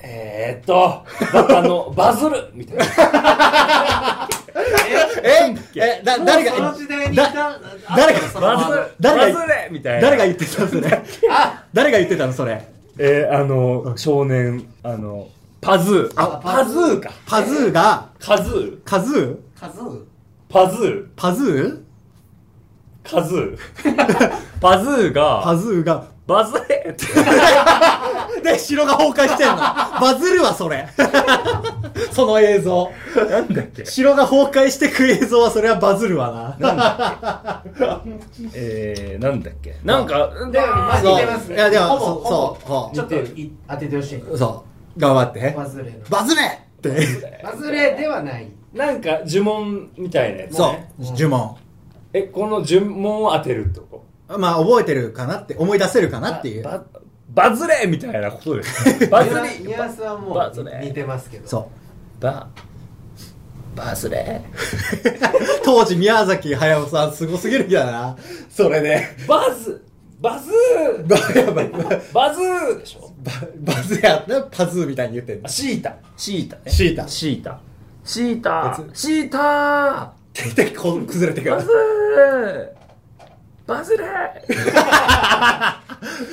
Speaker 3: えー、っとだってあ のバズるみたいな
Speaker 2: ええ、だ、誰が、
Speaker 4: もうその時代にい
Speaker 2: だ
Speaker 4: た
Speaker 2: 誰が
Speaker 3: バズる
Speaker 2: 誰が
Speaker 3: バズれみたいな
Speaker 2: 誰が言ってたのそれ。あ誰が言ってたのそれ。
Speaker 3: えー、あの少年あのパズー
Speaker 2: あ
Speaker 3: パズーか
Speaker 2: パズーが、
Speaker 3: カズー
Speaker 2: カズー
Speaker 4: カズー
Speaker 3: パズー
Speaker 2: パズ
Speaker 3: カズ ーパズ
Speaker 2: ー
Speaker 3: ー
Speaker 2: パ
Speaker 3: が
Speaker 2: ズーが、
Speaker 3: バズれって
Speaker 2: で、城が崩壊してんの。バズるわ、それ。その映像。
Speaker 3: なんだっ け
Speaker 2: 城が崩壊してく映像は、それはバズるわな。
Speaker 3: えー、なんだっけなんか
Speaker 4: でもまあ
Speaker 2: そう
Speaker 4: 似てますね
Speaker 2: いやでも
Speaker 4: ほぼ
Speaker 2: そう
Speaker 4: ほぼ
Speaker 2: そうほう
Speaker 4: ちょっとい当ててほしい
Speaker 2: そう。頑張って
Speaker 4: バ。ズレの
Speaker 2: バズれって。
Speaker 4: バズレではない
Speaker 3: なんか呪文みたいなやつ、ね、
Speaker 2: そう。呪文。
Speaker 3: えこの呪文を当てるってこ
Speaker 2: まあ、覚えてるかなって、思い出せるか
Speaker 3: と
Speaker 2: なっていう。
Speaker 3: ババズれみたいなことですね バズ
Speaker 4: ニュアン
Speaker 3: れ
Speaker 4: ニュアンスはも
Speaker 3: バズレ
Speaker 4: う似てますけど
Speaker 2: そう。
Speaker 3: ババズれ
Speaker 2: 当時、宮崎駿さん、すごすぎる気だな。それ で。
Speaker 3: バズバズ
Speaker 2: バやばいバ
Speaker 3: バズーでしょ
Speaker 2: バズやったパズーみたいに言ってん
Speaker 3: あ
Speaker 2: の。
Speaker 3: シータシータね
Speaker 2: シータ
Speaker 3: シータシータ
Speaker 2: 別
Speaker 3: シータ
Speaker 2: ててこう崩れてくる
Speaker 3: バズ。ーバ ズれ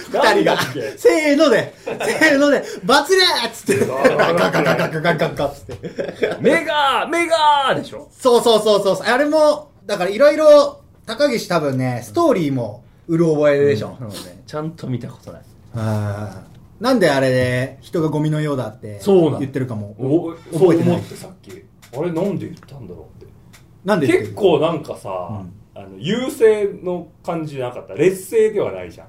Speaker 2: 二人が、 せーので、せーので、バズれーっつって、ガ
Speaker 3: ー
Speaker 2: ンガンガンガンガンガンガンガンっつって。
Speaker 3: メガーメガーでしょ
Speaker 2: そうそうそうそうそう。あれも、だからいろいろ、高岸多分ね、ストーリーも、うる覚えでしょ。
Speaker 3: なのでちゃんと見たことない
Speaker 2: あーなんであれで、人がゴミのようだって、
Speaker 3: そうなの
Speaker 2: 言ってるかも。
Speaker 3: おそ
Speaker 2: 覚
Speaker 3: う
Speaker 2: えてな
Speaker 3: 思
Speaker 2: い
Speaker 3: ってさっきあれなんで言ったんだろうって
Speaker 2: なんで言って
Speaker 3: 結
Speaker 2: る
Speaker 3: 構なんかさ、
Speaker 2: うん
Speaker 3: あの優勢の感じじゃなかった劣勢ではないじゃん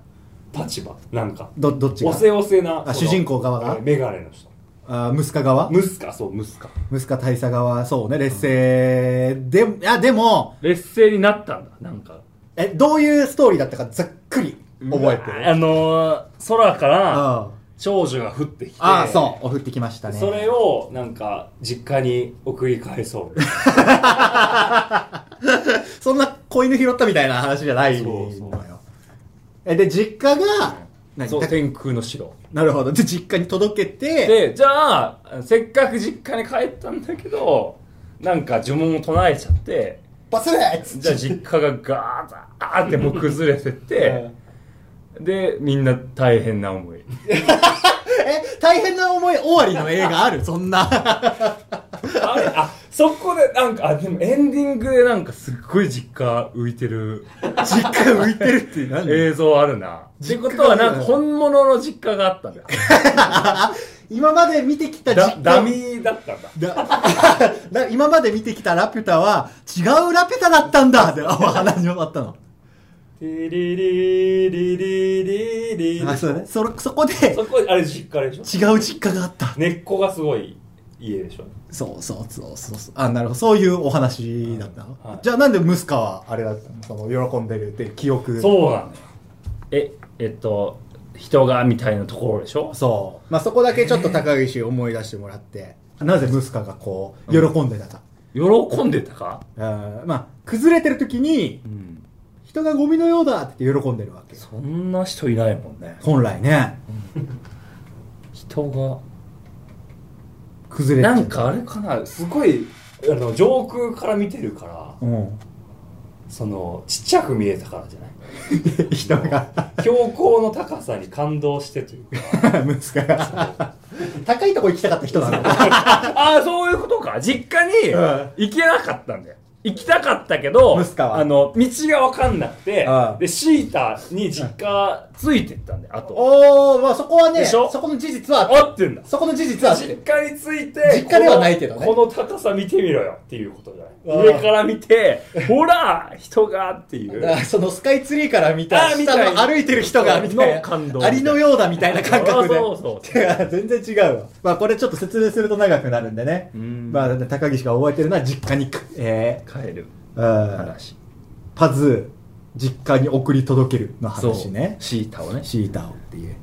Speaker 3: 立場なんか
Speaker 2: ど、どっち
Speaker 3: お
Speaker 2: が
Speaker 3: せおせな
Speaker 2: あ
Speaker 3: その
Speaker 2: 主人公側が
Speaker 3: はいメガネの人
Speaker 2: あー、息子側
Speaker 3: ムスカそうムスカ
Speaker 2: 息子大佐側、そうね、劣勢で、いや、でも、
Speaker 3: 劣勢になったんだなんか
Speaker 2: え、どういうストーリーだったかざっくり覚えて
Speaker 3: あ
Speaker 2: る。
Speaker 3: のー空か
Speaker 2: うん
Speaker 3: ら
Speaker 2: あ
Speaker 3: 少女が降ってきて
Speaker 2: あ、そう。降ってきましたね。
Speaker 3: それをなんか実家に送り返そう
Speaker 2: そんな子犬拾ったみたいな話じゃないのよ。
Speaker 3: そうそう
Speaker 2: え、で、実家が、何
Speaker 3: そう
Speaker 2: た
Speaker 3: 天空の城
Speaker 2: なるほど。で、実家に届けて、
Speaker 3: でじゃあせっかく実家に帰ったんだけどなんか呪文を唱えちゃって
Speaker 2: バスレッつっ
Speaker 3: じゃあ実家がガーザーってもう崩れてって てでみんな大変な思い
Speaker 2: え、大変な思い終わりの映画あるそんな。
Speaker 3: あれあそこでなんか、あ、でもエンディングでなんかすっごい実家浮いてる
Speaker 2: 実家浮いてるって何
Speaker 3: 映像あるな。ってことはなんか本物の実家があったん だよ。
Speaker 2: 今まで見てきた実
Speaker 3: だ
Speaker 2: 家
Speaker 3: ダミーだったんだ。
Speaker 2: だ だ今まで見てきたラピュタは違うラピュタだったんだってお話に終わったの
Speaker 3: リリリリリリリ
Speaker 2: あそうだねそれそこで
Speaker 3: そこ、あれ実家あれでしょ
Speaker 2: 違う実家があった
Speaker 3: 根っこがすごい家でしょ
Speaker 2: そうそうそうそうそうあなるほどそういうお話だったの、
Speaker 3: はい
Speaker 2: じゃあなんでムスカはあれだったのその喜んでるって記憶
Speaker 3: そうなんだよ。え、えっと、人がみたいなところでしょ
Speaker 2: そうまあそこだけちょっと高岸思い出してもらって、なぜムスカがこう喜んでたか、
Speaker 3: 喜んでたか
Speaker 2: うんまあ崩れてる時に
Speaker 3: うん。
Speaker 2: 人がゴミのようだって言って喜んでるわけ
Speaker 3: そんな人いないもんね。
Speaker 2: 本来ね
Speaker 3: 人が。
Speaker 2: 崩れて
Speaker 3: なんかあれかなすごいあの上空から見てるから
Speaker 2: うん
Speaker 3: そのちっちゃく見えたからじゃな い
Speaker 2: 人が
Speaker 3: 標高の高さに感動してというか
Speaker 2: ムスカが高いとこ行きたかった人なのか
Speaker 3: ああそういうことか実家に
Speaker 2: うん
Speaker 3: 行けなかったんだよ行きたかったけど
Speaker 2: ムスカは
Speaker 3: あの道が分かんなくて
Speaker 2: うん
Speaker 3: でシータに実家ついてったんだよあ と
Speaker 2: おーまあそこはね
Speaker 3: でしょ
Speaker 2: そこの事実はあっ
Speaker 3: 合ってんだ
Speaker 2: たそこの事実はあって
Speaker 3: 実家について
Speaker 2: 実家ではないけどね
Speaker 3: このこの高さ見てみろよっていうことじゃな
Speaker 2: う
Speaker 3: い
Speaker 2: ん
Speaker 3: 上から見てほら人がっていう
Speaker 2: だからそのスカイツリーから見た
Speaker 3: あーみ
Speaker 2: 下
Speaker 3: たいな
Speaker 2: の歩いてる人がみたい
Speaker 3: の感動
Speaker 2: なありのようだみたいな感覚で
Speaker 3: そうそうそ
Speaker 2: い
Speaker 3: う
Speaker 2: や全然違うわ、 まあ、これちょっと説明すると長くなるんでね
Speaker 3: うん
Speaker 2: まあ、高岸が覚えてるのは実家にか、え
Speaker 3: 帰る
Speaker 2: ーうん、
Speaker 3: 話
Speaker 2: パズー実家に送り届けるの話ね
Speaker 3: シータをね
Speaker 2: シータをっていう、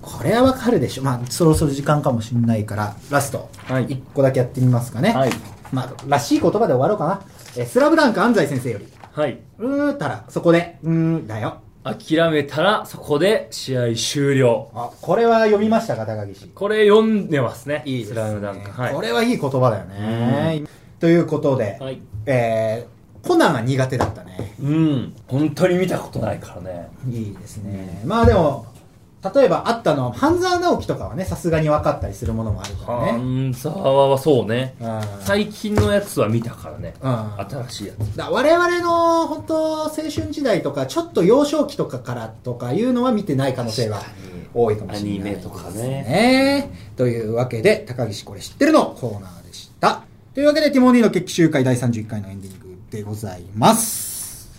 Speaker 2: これはわかるでしょまあそろそろ時間かもしんないからラスト、
Speaker 3: はい
Speaker 2: 一個だけやってみますかね、
Speaker 3: はい
Speaker 2: まあ、らしい言葉で終わろうかな、えースラブランク安西先生より
Speaker 3: はい。
Speaker 2: うーたらそこでうーんだよ
Speaker 3: 諦めたら、そこで試合終了。
Speaker 2: あこれは読みましたか高岸
Speaker 3: これ読んでますね。
Speaker 2: いいです、ね、
Speaker 3: スラムダンク。はい。
Speaker 2: これはいい言葉だよねということで、
Speaker 3: はい
Speaker 2: えーコナンは苦手だったね
Speaker 3: うん。本当に見たことないからね。
Speaker 2: いいですね、まあでも例えばあったのは半沢直樹とかはねさすがに分かったりするものもあるからね
Speaker 3: 半沢はそうね。
Speaker 2: うん
Speaker 3: 最近のやつは見たからね。
Speaker 2: うん
Speaker 3: 新しいや
Speaker 2: だ我々の本当青春時代とかちょっと幼少期とかからとかいうのは見てない可能性は多いかもしれない
Speaker 3: アニメとかね
Speaker 2: ですというわけで高岸これ知ってるのコーナーでしたというわけでティモンディの決起集会第31回のエンディングでございます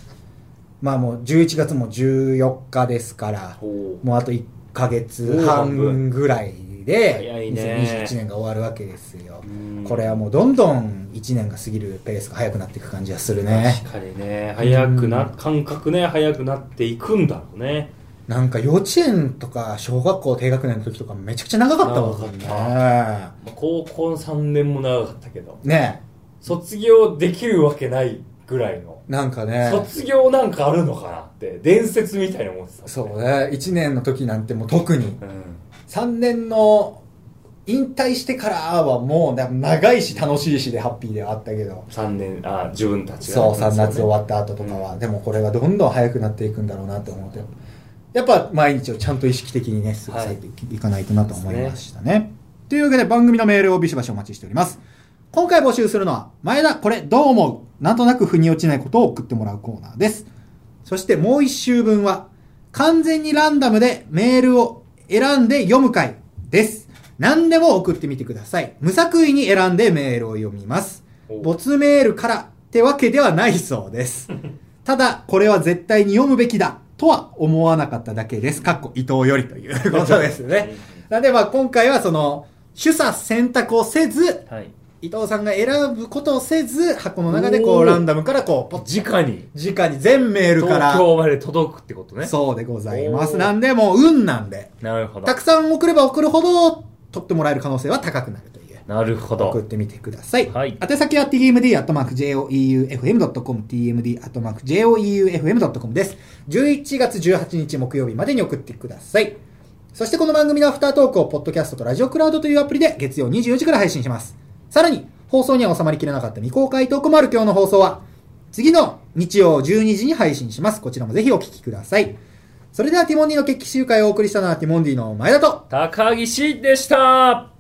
Speaker 2: まあもう11月も14日ですから
Speaker 3: おー
Speaker 2: もうあと1ヶ月
Speaker 3: おー半分
Speaker 2: 半ぐらい
Speaker 3: 早
Speaker 2: で
Speaker 3: いね
Speaker 2: 2021年が終わるわけですよ
Speaker 3: うん
Speaker 2: これはもうどんどん1年が過ぎるペースが速くなっていく感じがする
Speaker 3: つ。
Speaker 2: ね
Speaker 3: 確かにね、早くな、感覚ね、早くなっていくんだろうね。
Speaker 2: なんか幼稚園とか小学校低学年の時とかめちゃくちゃ長かったもん
Speaker 3: 長
Speaker 2: ね。
Speaker 3: まあ高校の3年も長かったけど、
Speaker 2: ね
Speaker 3: 卒業できるわけないぐらいの。
Speaker 2: なんかね。
Speaker 3: 卒業なんかあるのかなって、伝説みたいに思ってた。
Speaker 2: そうね。1年の時なんてもう特に。
Speaker 3: うん。
Speaker 2: 3年の引退してからはもうね長いし楽しいしでハッピーではあったけど。
Speaker 3: 3年あ自分たちが
Speaker 2: そう、3夏終わった後とかは。でもこれはどんどん早くなっていくんだろうなって思うと。やっぱ毎日をちゃんと意識的にね、過ごされていかないとなと思いましたね。というわけで番組のメールをビシバシお待ちしております。今回募集するのは、前田これどう思うなんとなく腑に落ちないことを送ってもらうコーナーです。そしてもう一週分は、完全にランダムでメールを選んで読む回です。何でも送ってみてください。無作為に選んでメールを読みます。
Speaker 3: お
Speaker 2: 没メールからってわけではないそう です。ただ、これは絶対に読むべきだとは思わなかっただけです。かっこ伊藤よりということですね。なんでまあ今回はその、主査選択をせず、
Speaker 3: はい
Speaker 2: 伊藤さんが選ぶことをせず、箱の中でこうランダムからこう、ポチ
Speaker 3: 直に
Speaker 2: 直に全メールから。
Speaker 3: 東京まで届くってことね
Speaker 2: そうでございま
Speaker 3: お
Speaker 2: す。
Speaker 3: ー
Speaker 2: なんで、もう運なんで。
Speaker 3: なるほど
Speaker 2: たくさん送れば送るほど、取ってもらえる可能性は高くなるという。
Speaker 3: なるほ
Speaker 2: 送っ
Speaker 3: ど
Speaker 2: てみてください。
Speaker 3: はい
Speaker 2: 宛先は tmd.joeufm.com、tmd.joeufm.com です。11月18日木曜日までに送ってください。そしてこの番組のアフタートークを、ポッドキャストとラジオクラウドというアプリで月曜24時から配信します。さらに、放送には収まりきれなかった未公開トークもある今日の放送は、次の日曜12時に配信します。こちらもぜひお聞きください。それではティモンディの決起集会をお送りしたのはティモンディの前田と、
Speaker 3: 高岸でした